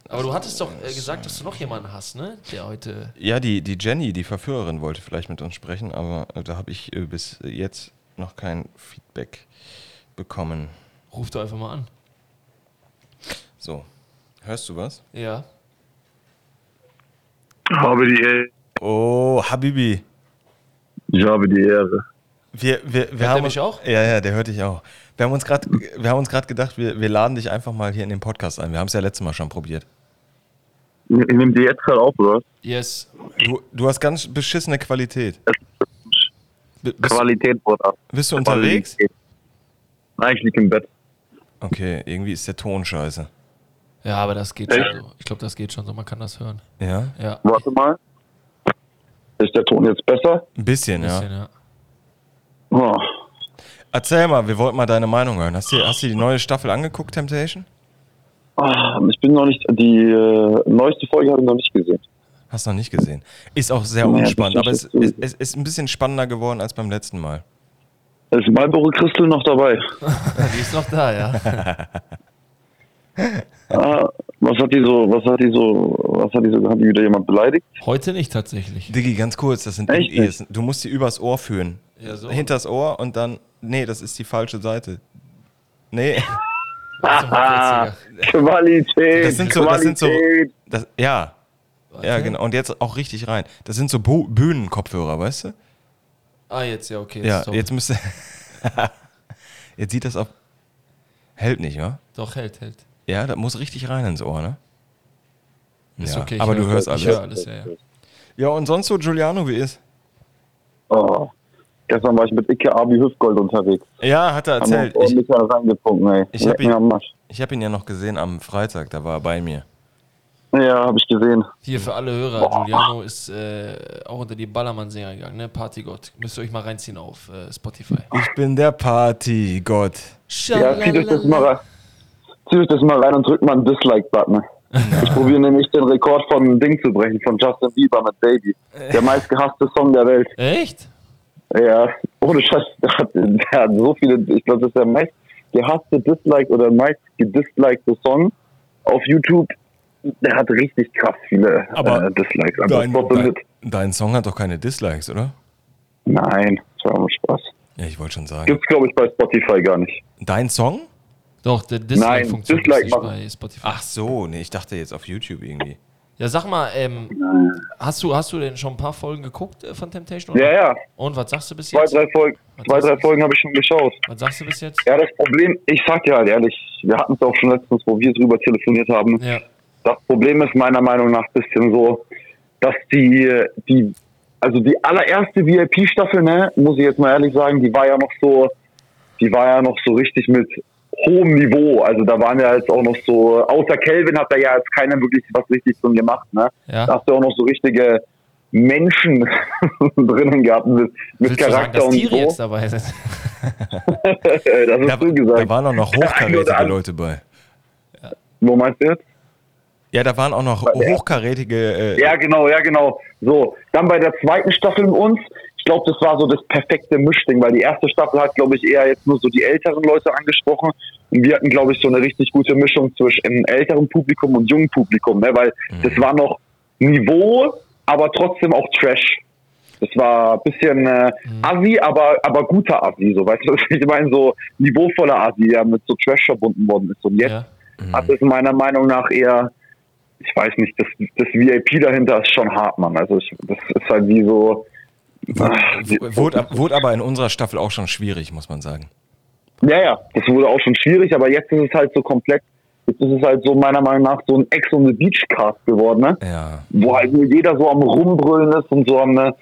[SPEAKER 2] Aber du hattest doch äh, gesagt, dass du noch jemanden hast, ne? Der heute...
[SPEAKER 1] Ja, die, die Jenny, die Verführerin, wollte vielleicht mit uns sprechen, aber äh, da habe ich äh, bis jetzt noch kein Feedback bekommen.
[SPEAKER 2] Ruf doch einfach mal an.
[SPEAKER 1] So, hörst du was?
[SPEAKER 2] Ja.
[SPEAKER 3] Habe die Ehre.
[SPEAKER 1] Oh, Habibi.
[SPEAKER 3] Ich habe die Ehre.
[SPEAKER 1] Wir, wir, wir
[SPEAKER 2] der
[SPEAKER 1] haben
[SPEAKER 2] mich
[SPEAKER 1] uns-
[SPEAKER 2] auch?
[SPEAKER 1] Ja, ja, der hört dich auch. Wir haben uns gerade wir haben uns gerade gedacht, wir, wir laden dich einfach mal hier in den Podcast ein. Wir haben es ja letztes Mal schon probiert.
[SPEAKER 3] Ihr ihr nehmt die jetzt gerade auf, oder?
[SPEAKER 2] Yes.
[SPEAKER 1] Du, du hast ganz beschissene Qualität. B- Bist,
[SPEAKER 3] Qualität, Bruder.
[SPEAKER 1] bist du unterwegs?
[SPEAKER 3] Qualität. Nein, ich liege im Bett.
[SPEAKER 1] Okay, irgendwie ist der Ton scheiße.
[SPEAKER 2] Ja, aber das geht schon so. Ich glaube, das geht schon so. Man kann das hören.
[SPEAKER 1] Ja?
[SPEAKER 2] Ja.
[SPEAKER 3] Warte mal. Ist der Ton jetzt besser?
[SPEAKER 1] Ein bisschen, ja.
[SPEAKER 2] Bisschen, ja.
[SPEAKER 3] Oh.
[SPEAKER 1] Erzähl mal, wir wollten mal deine Meinung hören. Hast du, hast du die neue Staffel angeguckt, Temptation?
[SPEAKER 3] Ah, Ich bin noch nicht, die äh, neueste Folge habe ich noch nicht gesehen.
[SPEAKER 1] Hast du noch nicht gesehen. Ist auch sehr
[SPEAKER 3] Nee,
[SPEAKER 1] unspannend,
[SPEAKER 3] hab
[SPEAKER 1] aber
[SPEAKER 3] ich
[SPEAKER 1] es,
[SPEAKER 3] nicht
[SPEAKER 1] es,
[SPEAKER 3] gesehen.
[SPEAKER 1] es ist ein bisschen spannender geworden als beim letzten Mal.
[SPEAKER 3] Ist Marlboro Crystal noch dabei?
[SPEAKER 2] Die ist noch da, ja.
[SPEAKER 3] Ah, was hat die so, was hat die so, was hat die so, hat die wieder jemand beleidigt?
[SPEAKER 2] Heute nicht tatsächlich.
[SPEAKER 1] Diggi, ganz kurz, das sind
[SPEAKER 3] Echt
[SPEAKER 1] MEs. Du musst die übers Ohr führen.
[SPEAKER 2] Ja, so.
[SPEAKER 1] Hinters Ohr und dann. Nee, das ist die falsche Seite. Nee,
[SPEAKER 2] Ah.
[SPEAKER 3] Qualität!
[SPEAKER 1] das sind so. Das sind so
[SPEAKER 3] Qualität.
[SPEAKER 1] das, ja. Ja, genau. Und jetzt auch richtig rein. Das sind so Bu- Bühnenkopfhörer, weißt du?
[SPEAKER 2] ah, jetzt, ja, okay.
[SPEAKER 1] Ja,
[SPEAKER 2] Stop.
[SPEAKER 1] jetzt müsste. jetzt sieht das auch. Hält nicht, ja?
[SPEAKER 2] Doch, hält, hält.
[SPEAKER 1] Ja, das muss richtig rein ins Ohr, ne?
[SPEAKER 2] Ist
[SPEAKER 1] ja,
[SPEAKER 2] okay. ich
[SPEAKER 1] aber du
[SPEAKER 2] hör-
[SPEAKER 1] hörst
[SPEAKER 2] Ich höre
[SPEAKER 1] alles.
[SPEAKER 2] alles, ja, ja.
[SPEAKER 1] Ja, und sonst so Giuliano, wie ist?
[SPEAKER 3] Oh. Gestern war ich mit Icke Abi Hüftgold unterwegs.
[SPEAKER 1] Ja, hat er
[SPEAKER 3] Haben
[SPEAKER 1] erzählt.
[SPEAKER 3] uns
[SPEAKER 1] Ich,
[SPEAKER 3] ordentlich da reingetrunken, ey.
[SPEAKER 1] Ich hab
[SPEAKER 3] Leck
[SPEAKER 1] ihn-
[SPEAKER 3] mir am Arsch.
[SPEAKER 1] ich habe ihn ja noch gesehen am Freitag, da war er bei mir.
[SPEAKER 3] Ja, habe ich gesehen.
[SPEAKER 2] Hier für alle Hörer, Giuliano ist äh, auch unter die Ballermann-Serie gegangen, ne? Partygott. Müsst ihr euch mal reinziehen auf äh, Spotify.
[SPEAKER 1] Ich bin der Partygott.
[SPEAKER 3] Ja, zieht euch das mal rein. Zieht euch das mal rein und drückt mal einen Dislike-Button. Ich probiere nämlich den Rekord von Ding zu brechen, von Justin Bieber mit Baby. Der meistgehasste Song der Welt.
[SPEAKER 2] Echt?
[SPEAKER 3] Ja, ohne Scheiß, der hat, der hat so viele, ich glaube, das ist der meistgehasste Dislike oder meistgedislikte Song auf YouTube. Der hat richtig krass viele
[SPEAKER 1] Aber
[SPEAKER 3] äh, Dislikes. Aber
[SPEAKER 1] Dein,
[SPEAKER 3] das war so
[SPEAKER 1] dein,
[SPEAKER 3] mit.
[SPEAKER 1] dein Song hat doch keine Dislikes, oder?
[SPEAKER 3] Nein, das war nur Spaß.
[SPEAKER 1] Ja, ich wollte schon sagen.
[SPEAKER 3] Gibt's, glaube ich, bei Spotify gar nicht.
[SPEAKER 1] Dein Song?
[SPEAKER 2] Doch, der Dislike
[SPEAKER 3] Nein,
[SPEAKER 2] funktioniert
[SPEAKER 3] Dislike
[SPEAKER 2] nicht
[SPEAKER 3] machen.
[SPEAKER 2] bei Spotify. Ah.
[SPEAKER 1] Ach so, nee, ich dachte jetzt auf YouTube irgendwie.
[SPEAKER 2] Ja, sag mal, ähm, hast, du, hast du denn schon ein paar Folgen geguckt äh, von Temptation?
[SPEAKER 3] Ja, ja.
[SPEAKER 2] Und was sagst du bis
[SPEAKER 3] Zwei,
[SPEAKER 2] jetzt?
[SPEAKER 3] drei Folgen, zwei, drei Folgen habe ich schon geschaut.
[SPEAKER 2] Was sagst du bis jetzt?
[SPEAKER 3] Ja, das Problem, ich sag dir halt ehrlich, wir hatten es auch schon letztens, wo wir drüber telefoniert haben.
[SPEAKER 2] Ja.
[SPEAKER 3] Das Problem ist meiner Meinung nach ein bisschen so, dass die, die, also die allererste VIP-Staffel, ne, muss ich jetzt mal ehrlich sagen, die war ja noch so, die war ja noch so richtig mit hohem Niveau. Also da waren ja jetzt auch noch so, außer Kelvin hat da ja jetzt keiner wirklich was richtig drin gemacht, ne?
[SPEAKER 2] Ja.
[SPEAKER 3] Da hast du auch noch so richtige Menschen drinnen gehabt mit, mit
[SPEAKER 2] Willst du sagen,
[SPEAKER 3] Charakter
[SPEAKER 2] dass
[SPEAKER 3] und
[SPEAKER 2] Tiere
[SPEAKER 3] so.
[SPEAKER 2] jetzt dabei sind?
[SPEAKER 3] Äh, das ist
[SPEAKER 1] Da,
[SPEAKER 3] so gesagt.
[SPEAKER 1] da waren auch noch
[SPEAKER 3] Ein oder
[SPEAKER 1] hochkarätige
[SPEAKER 3] andere-
[SPEAKER 1] Leute bei.
[SPEAKER 3] Wo meinst du jetzt?
[SPEAKER 1] Ja, da waren auch noch
[SPEAKER 3] der-
[SPEAKER 1] hochkarätige. Äh,
[SPEAKER 3] Ja, genau, ja, genau. So, dann bei der zweiten Staffel mit uns. Ich glaube, das war so das perfekte Mischding, weil die erste Staffel hat, glaube ich, eher jetzt nur so die älteren Leute angesprochen. Und wir hatten, glaube ich, so eine richtig gute Mischung zwischen älterem Publikum und jungem Publikum, ne? weil
[SPEAKER 1] Mhm.
[SPEAKER 3] das war noch Niveau, aber trotzdem auch Trash. Das war ein bisschen äh,
[SPEAKER 1] Mhm.
[SPEAKER 3] Assi, aber, aber guter Assi, so, weißt du, was ich meine? So niveauvoller Assi, der mit so Trash verbunden worden ist. Und jetzt
[SPEAKER 2] Ja.
[SPEAKER 3] hat es meiner Meinung nach eher, ich weiß nicht, das, das VIP dahinter ist schon hart, Mann. Also ich, das ist halt wie so. ah, ach, die-
[SPEAKER 1] Wurde, ab- wurde aber in unserer Staffel auch schon schwierig, muss man sagen.
[SPEAKER 3] ja, ja, das wurde auch schon schwierig, aber jetzt ist es halt so komplett, jetzt ist es halt so meiner Meinung nach so ein Ex on the Beach Cast geworden, ne?
[SPEAKER 1] Ja.
[SPEAKER 3] Wo halt nur jeder so am Rumbrüllen ist und so am, ne?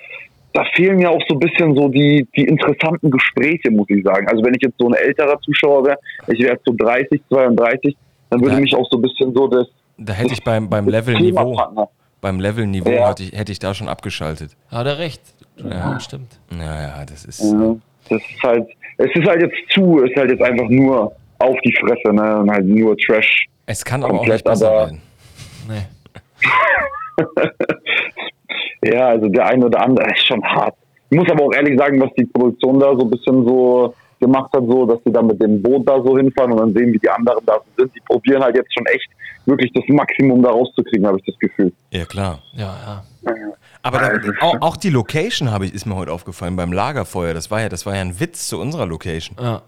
[SPEAKER 3] Da fehlen mir auch so ein bisschen so die, die interessanten Gespräche, muss ich sagen. Also wenn ich jetzt so ein älterer Zuschauer wäre, ich wäre jetzt so 30, 32, dann würde
[SPEAKER 1] Ja.
[SPEAKER 3] mich auch so ein bisschen so das
[SPEAKER 1] Da hätte ich beim, beim Level-Niveau,
[SPEAKER 3] Klimapartner.
[SPEAKER 1] beim Level-Niveau
[SPEAKER 3] Ja.
[SPEAKER 1] hätte, ich, hätte ich da schon abgeschaltet.
[SPEAKER 2] Hat er recht. Ja, stimmt.
[SPEAKER 1] Naja, das ist.
[SPEAKER 3] Ja, das ist halt, es ist halt jetzt zu, es ist halt jetzt einfach nur auf die Fresse, ne? Und halt nur Trash.
[SPEAKER 1] Es kann aber auch
[SPEAKER 3] Komplett,
[SPEAKER 1] nicht besser
[SPEAKER 3] aber-
[SPEAKER 1] werden.
[SPEAKER 2] Nee.
[SPEAKER 3] Ja, also der eine oder andere ist schon hart. Ich muss aber auch ehrlich sagen, was die Produktion da so ein bisschen so gemacht hat, so, dass sie da mit dem Boot da so hinfahren und dann sehen, wie die anderen da so sind. Die probieren halt jetzt schon echt wirklich das Maximum da rauszukriegen, habe ich das Gefühl.
[SPEAKER 1] Ja, klar.
[SPEAKER 2] Ja, ja.
[SPEAKER 1] Aber da, auch, auch die Location habe ich, ist mir heute aufgefallen beim Lagerfeuer. Das war ja, das war ja ein Witz zu unserer Location.
[SPEAKER 2] ja.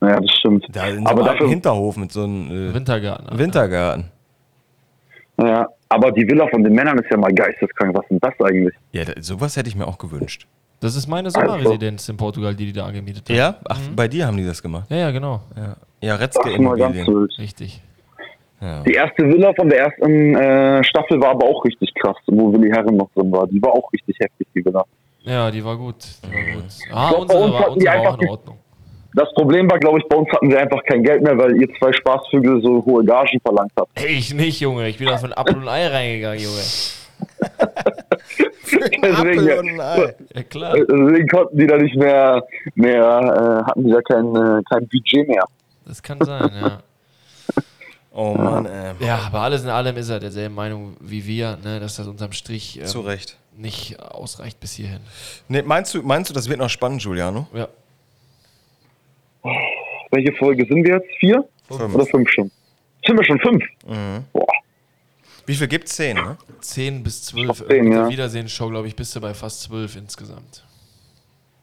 [SPEAKER 3] Ja, das stimmt.
[SPEAKER 1] Da in so einem
[SPEAKER 3] aber
[SPEAKER 1] alten
[SPEAKER 3] dafür,
[SPEAKER 1] Hinterhof mit so einem äh,
[SPEAKER 2] Wintergarten. Alter.
[SPEAKER 1] Wintergarten.
[SPEAKER 3] ja, aber die Villa von den Männern ist ja mal geisteskrank. Was ist denn das eigentlich?
[SPEAKER 1] Ja, da, sowas hätte ich mir auch gewünscht.
[SPEAKER 2] Das ist meine Sommerresidenz
[SPEAKER 3] Also.
[SPEAKER 2] in Portugal, die die da angemietet hat.
[SPEAKER 1] Ja? Ach, bei dir haben die das gemacht.
[SPEAKER 2] Ja, ja, genau.
[SPEAKER 1] Ja, ja
[SPEAKER 3] Das
[SPEAKER 1] Retzke
[SPEAKER 3] ist mal ganz
[SPEAKER 1] Immobilien.
[SPEAKER 3] wild.
[SPEAKER 2] Richtig.
[SPEAKER 1] Ja.
[SPEAKER 3] Die erste Villa von der ersten äh, Staffel war aber auch richtig krass, wo Willi Herren noch drin war. Die war auch richtig heftig, die Villa.
[SPEAKER 2] Ja, die war gut. Die war
[SPEAKER 1] Mhm.
[SPEAKER 2] gut. Ah,
[SPEAKER 3] glaub, bei
[SPEAKER 2] unsere
[SPEAKER 3] uns
[SPEAKER 2] war,
[SPEAKER 3] hatten die
[SPEAKER 2] unsere war
[SPEAKER 3] einfach
[SPEAKER 2] auch in
[SPEAKER 3] die-
[SPEAKER 2] Ordnung.
[SPEAKER 3] Das Problem war, glaube ich, bei uns hatten wir einfach kein Geld mehr, weil ihr zwei Spaßvögel so hohe Gagen verlangt habt.
[SPEAKER 2] Ey, ich nicht, Junge. Ich bin da von Apfel und Ei reingegangen, Junge.
[SPEAKER 3] Deswegen,
[SPEAKER 2] Ja, klar.
[SPEAKER 3] Äh, deswegen konnten die da nicht mehr, mehr äh, hatten die da kein, äh, kein Budget mehr.
[SPEAKER 2] Das kann sein, ja.
[SPEAKER 1] Oh Mann, äh,
[SPEAKER 2] Ja, aber alles in allem ist er derselben Meinung wie wir, ne, dass das unterm Strich
[SPEAKER 1] zu
[SPEAKER 2] ähm,
[SPEAKER 1] Recht.
[SPEAKER 2] nicht ausreicht bis hierhin.
[SPEAKER 1] Nee, meinst, du, meinst du, das wird noch spannend, Giuliano?
[SPEAKER 2] Ja.
[SPEAKER 3] Welche Folge sind wir jetzt? Vier?
[SPEAKER 1] Fünf.
[SPEAKER 3] Oder fünf schon? Sind wir schon fünf? Boah.
[SPEAKER 1] Wie viel gibt's? Zehn, ne?
[SPEAKER 2] 10 bis 12.
[SPEAKER 3] Auf
[SPEAKER 2] Mit
[SPEAKER 3] 10,
[SPEAKER 2] der
[SPEAKER 3] ja.
[SPEAKER 2] Wiedersehen-Show, glaube ich, bist du bei fast 12 insgesamt.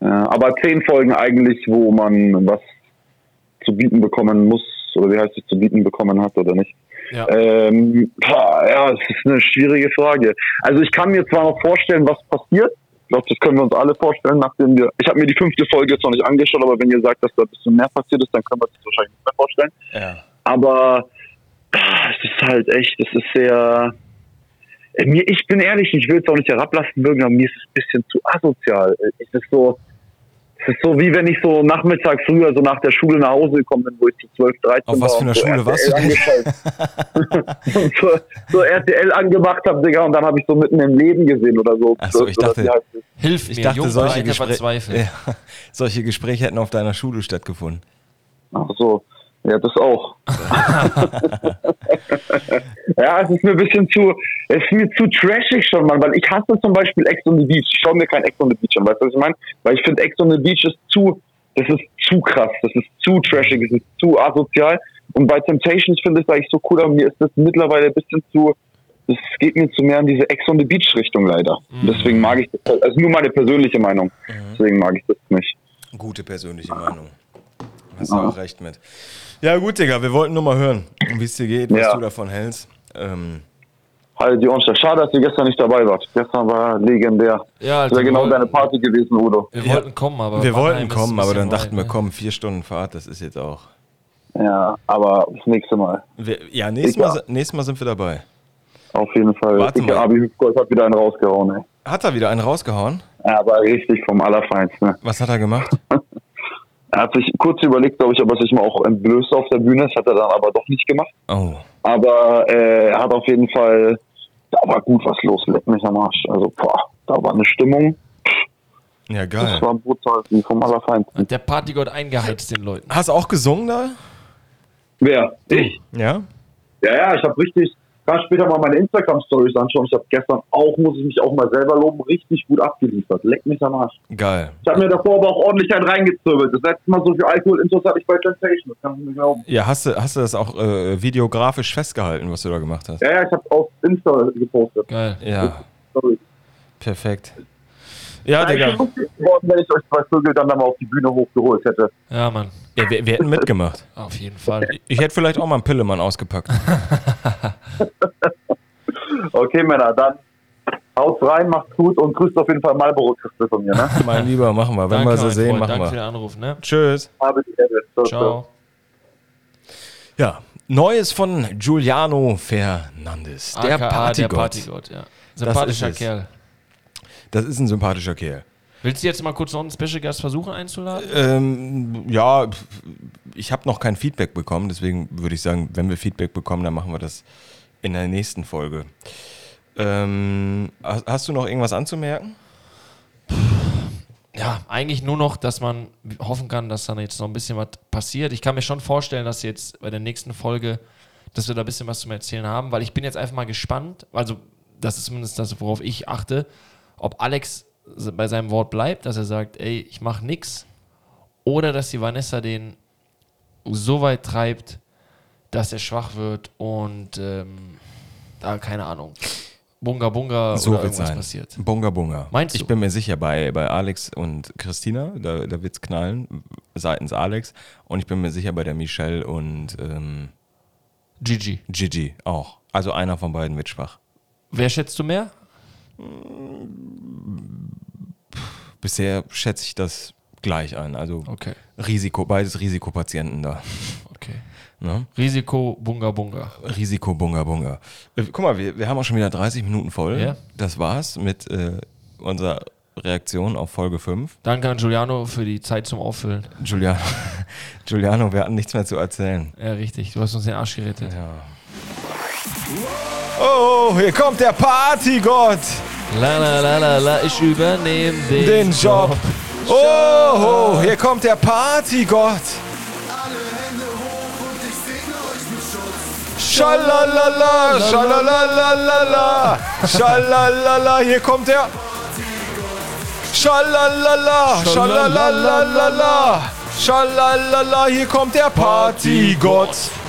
[SPEAKER 3] Ja, aber zehn Folgen eigentlich, wo man was zu bieten bekommen muss, oder wie heißt es, zu bieten bekommen hat oder nicht.
[SPEAKER 2] Ja.
[SPEAKER 3] Ähm, boah, ja, es ist eine schwierige Frage. Also ich kann mir zwar noch vorstellen, was passiert. Ich glaube, das können wir uns alle vorstellen, nachdem wir. Ich habe mir die fünfte Folge jetzt noch nicht angeschaut, aber wenn ihr sagt, dass da ein bisschen mehr passiert ist, dann können wir uns das wahrscheinlich nicht mehr vorstellen.
[SPEAKER 1] Ja.
[SPEAKER 3] Aber ah, es ist halt echt, es ist sehr. Äh, Mir, ich bin ehrlich, ich will es auch nicht herablassen mögen, aber mir ist es ein bisschen zu asozial. Es ist so, Es ist so, wie wenn ich so nachmittags früher so nach der Schule nach Hause gekommen bin, wo ich so 12, 13
[SPEAKER 1] Auf was
[SPEAKER 3] war
[SPEAKER 1] für einer
[SPEAKER 3] und so
[SPEAKER 1] Schule warst du denn?
[SPEAKER 3] du und so, so RTL angemacht habe, Digga, und dann habe ich so mitten im Leben gesehen oder so.
[SPEAKER 1] Ach so, ich
[SPEAKER 3] Oder
[SPEAKER 1] dachte-
[SPEAKER 3] wie heißt es?
[SPEAKER 2] Hilf
[SPEAKER 1] Ich
[SPEAKER 2] mir,
[SPEAKER 1] dachte,
[SPEAKER 2] Jung,
[SPEAKER 1] solche,
[SPEAKER 2] Alter,
[SPEAKER 1] Gespräche-
[SPEAKER 2] verzweifelt.
[SPEAKER 1] ja, solche Gespräche hätten auf deiner Schule stattgefunden.
[SPEAKER 3] Ach so, ja, das auch. ja, es ist mir ein bisschen zu, es ist mir zu trashig schon, Mann, weil ich hasse zum Beispiel Ex on the Beach. Ich schaue mir kein Ex on the Beach an, weißt du, was ich meine? Weil ich finde, Ex on the Beach ist zu, das ist zu krass, das ist zu trashig, es ist zu asozial. Und bei Temptations finde ich es eigentlich so cool, aber mir ist das mittlerweile ein bisschen zu, das geht mir zu mehr in diese Ex on the Beach Richtung leider. Deswegen mag ich das, halt. also nur meine persönliche Meinung. Deswegen mag ich das nicht.
[SPEAKER 1] Gute persönliche Meinung. Hast du auch recht mit. Ja, gut, Digga, wir wollten nur mal hören, wie es dir geht, was
[SPEAKER 3] Ja.
[SPEAKER 1] du davon hältst. Ähm,
[SPEAKER 3] Halte die Ohren steif. Schade, dass ihr gestern nicht dabei wart. Gestern war legendär.
[SPEAKER 2] Ja,
[SPEAKER 3] das
[SPEAKER 2] also
[SPEAKER 3] wäre genau
[SPEAKER 2] wir-
[SPEAKER 3] deine Party gewesen, Udo.
[SPEAKER 2] Wir
[SPEAKER 1] Ja.
[SPEAKER 2] wollten kommen, aber.
[SPEAKER 1] wir
[SPEAKER 2] Mannheim
[SPEAKER 1] wollten
[SPEAKER 2] ist
[SPEAKER 1] kommen,
[SPEAKER 2] ein
[SPEAKER 1] aber dann
[SPEAKER 2] bisschen
[SPEAKER 1] dachten
[SPEAKER 2] weit,
[SPEAKER 1] wir,
[SPEAKER 2] ne?
[SPEAKER 1] komm, vier Stunden Fahrt, das ist jetzt auch.
[SPEAKER 3] Ja, aber das nächste Mal.
[SPEAKER 1] Wir, ja, nächstes
[SPEAKER 3] Ich war-
[SPEAKER 1] mal, nächstes mal sind wir dabei.
[SPEAKER 3] Auf jeden Fall.
[SPEAKER 1] Warte
[SPEAKER 3] Dicke
[SPEAKER 1] mal.
[SPEAKER 3] Abi Hüftgold hat wieder einen rausgehauen, ey.
[SPEAKER 1] Hat er wieder einen rausgehauen?
[SPEAKER 3] Ja, war richtig vom Allerfeinsten. Ne?
[SPEAKER 1] Was hat er gemacht?
[SPEAKER 3] Er hat sich kurz überlegt, glaube ich, ob er sich mal auch entblößt auf der Bühne. Das hat er dann aber doch nicht gemacht.
[SPEAKER 1] Oh.
[SPEAKER 3] Aber äh, er hat auf jeden Fall, da war gut was los, leck mich am Arsch. Also, boah, da war eine Stimmung.
[SPEAKER 1] Ja,
[SPEAKER 3] Das
[SPEAKER 1] geil.
[SPEAKER 3] war brutal, wie vom Allerfeinsten.
[SPEAKER 2] Hat der Partygott eingeheizt den Leuten.
[SPEAKER 1] Hast du auch gesungen da?
[SPEAKER 3] Wer? Ich?
[SPEAKER 1] Ja?
[SPEAKER 3] Ja, ja, ich habe richtig, kann später mal meine Instagram-Stories anschauen. Ich habe gestern auch, muss ich mich auch mal selber loben, richtig gut abgeliefert. Leck mich am Arsch.
[SPEAKER 1] Geil.
[SPEAKER 3] Ich habe mir davor aber auch ordentlich einen reingezirbelt. Das letzte Mal so viel Alkohol-Intos hatte ich bei Temptation, das kannst du mir glauben.
[SPEAKER 1] Ja, hast du, hast du das auch äh, videografisch festgehalten, was du da gemacht hast?
[SPEAKER 3] Ja, ja, ich habe auf Insta gepostet.
[SPEAKER 2] Geil.
[SPEAKER 1] Ja,
[SPEAKER 3] Sorry.
[SPEAKER 1] perfekt. Ja, Digga.
[SPEAKER 3] Worden, wenn ich euch zwei Vögel dann da mal auf die Bühne hochgeholt hätte.
[SPEAKER 2] Ja, Mann.
[SPEAKER 1] Ja, wir, wir hätten mitgemacht.
[SPEAKER 2] Auf jeden Fall.
[SPEAKER 1] Ich hätte vielleicht auch mal einen Pillemann ausgepackt.
[SPEAKER 3] Okay, Männer, dann haut rein, macht's gut und grüßt auf jeden Fall Marlboro Christel von mir, ne?
[SPEAKER 1] Mein Lieber, machen wir. Wenn wir sie
[SPEAKER 2] mein
[SPEAKER 1] sehen,
[SPEAKER 2] Freund.
[SPEAKER 1] machen
[SPEAKER 2] Danke für
[SPEAKER 1] wir.
[SPEAKER 2] den Anruf, ne?
[SPEAKER 1] Tschüss.
[SPEAKER 3] Habe die Ehre.
[SPEAKER 2] Ciao.
[SPEAKER 1] Ja, Neues von Giuliano Fernandes, der
[SPEAKER 2] AKA,
[SPEAKER 1] Partygott.
[SPEAKER 2] Der Partygott, ja. Sympathischer
[SPEAKER 1] ist es.
[SPEAKER 2] Kerl.
[SPEAKER 1] Das ist ein sympathischer Kerl.
[SPEAKER 2] Willst du jetzt mal kurz noch einen Special Guest versuchen einzuladen?
[SPEAKER 1] Ähm, ja, ich habe noch kein Feedback bekommen, deswegen würde ich sagen, wenn wir Feedback bekommen, dann machen wir das in der nächsten Folge. Ähm, hast, hast du noch irgendwas anzumerken?
[SPEAKER 2] Ja, eigentlich nur noch, dass man hoffen kann, dass dann jetzt noch ein bisschen was passiert. Ich kann mir schon vorstellen, dass jetzt bei der nächsten Folge, dass wir da ein bisschen was zum Erzählen haben, weil ich bin jetzt einfach mal gespannt, also das ist zumindest das, worauf ich achte, ob Alex bei seinem Wort bleibt, dass er sagt, ey, ich mach nix, oder dass die Vanessa den so weit treibt, dass er schwach wird und ähm, da, keine Ahnung, Bunga Bunga
[SPEAKER 1] So
[SPEAKER 2] oder
[SPEAKER 1] wird
[SPEAKER 2] irgendwas
[SPEAKER 1] sein.
[SPEAKER 2] passiert.
[SPEAKER 1] Bunga Bunga.
[SPEAKER 2] Meinst du?
[SPEAKER 1] Ich bin mir sicher, bei, bei Alex und Christina, da, da wird's knallen, seitens Alex. Und ich bin mir sicher, bei der Michelle und ähm,
[SPEAKER 2] GG.
[SPEAKER 1] Gigi auch. Also einer von beiden wird schwach.
[SPEAKER 2] Wer schätzt du mehr?
[SPEAKER 1] Bisher schätze ich das gleich ein. Also
[SPEAKER 2] Okay.
[SPEAKER 1] Risiko, beides Risikopatienten da.
[SPEAKER 2] Okay.
[SPEAKER 1] Ne?
[SPEAKER 2] Risiko Bunga Bunga.
[SPEAKER 1] Risiko Bunga Bunga. Äh, Guck mal, wir, wir haben auch schon wieder 30 Minuten voll.
[SPEAKER 2] Ja.
[SPEAKER 1] Das war's mit äh, unserer Reaktion auf Folge 5.
[SPEAKER 2] Danke an Giuliano für die Zeit zum Auffüllen.
[SPEAKER 1] Giuliano, Giuliano, wir hatten nichts mehr zu erzählen.
[SPEAKER 2] Ja, richtig. Du hast uns den Arsch gerettet.
[SPEAKER 1] Oh, hier kommt der Partygott,
[SPEAKER 2] La la la la la, ich übernehme den,
[SPEAKER 1] den Job. Oh, hier kommt der Partygott. Schalalala, schalalalalala, schalalala, hier kommt der. Schalalala, schalalalalala, schalalala, hier kommt der Partygott.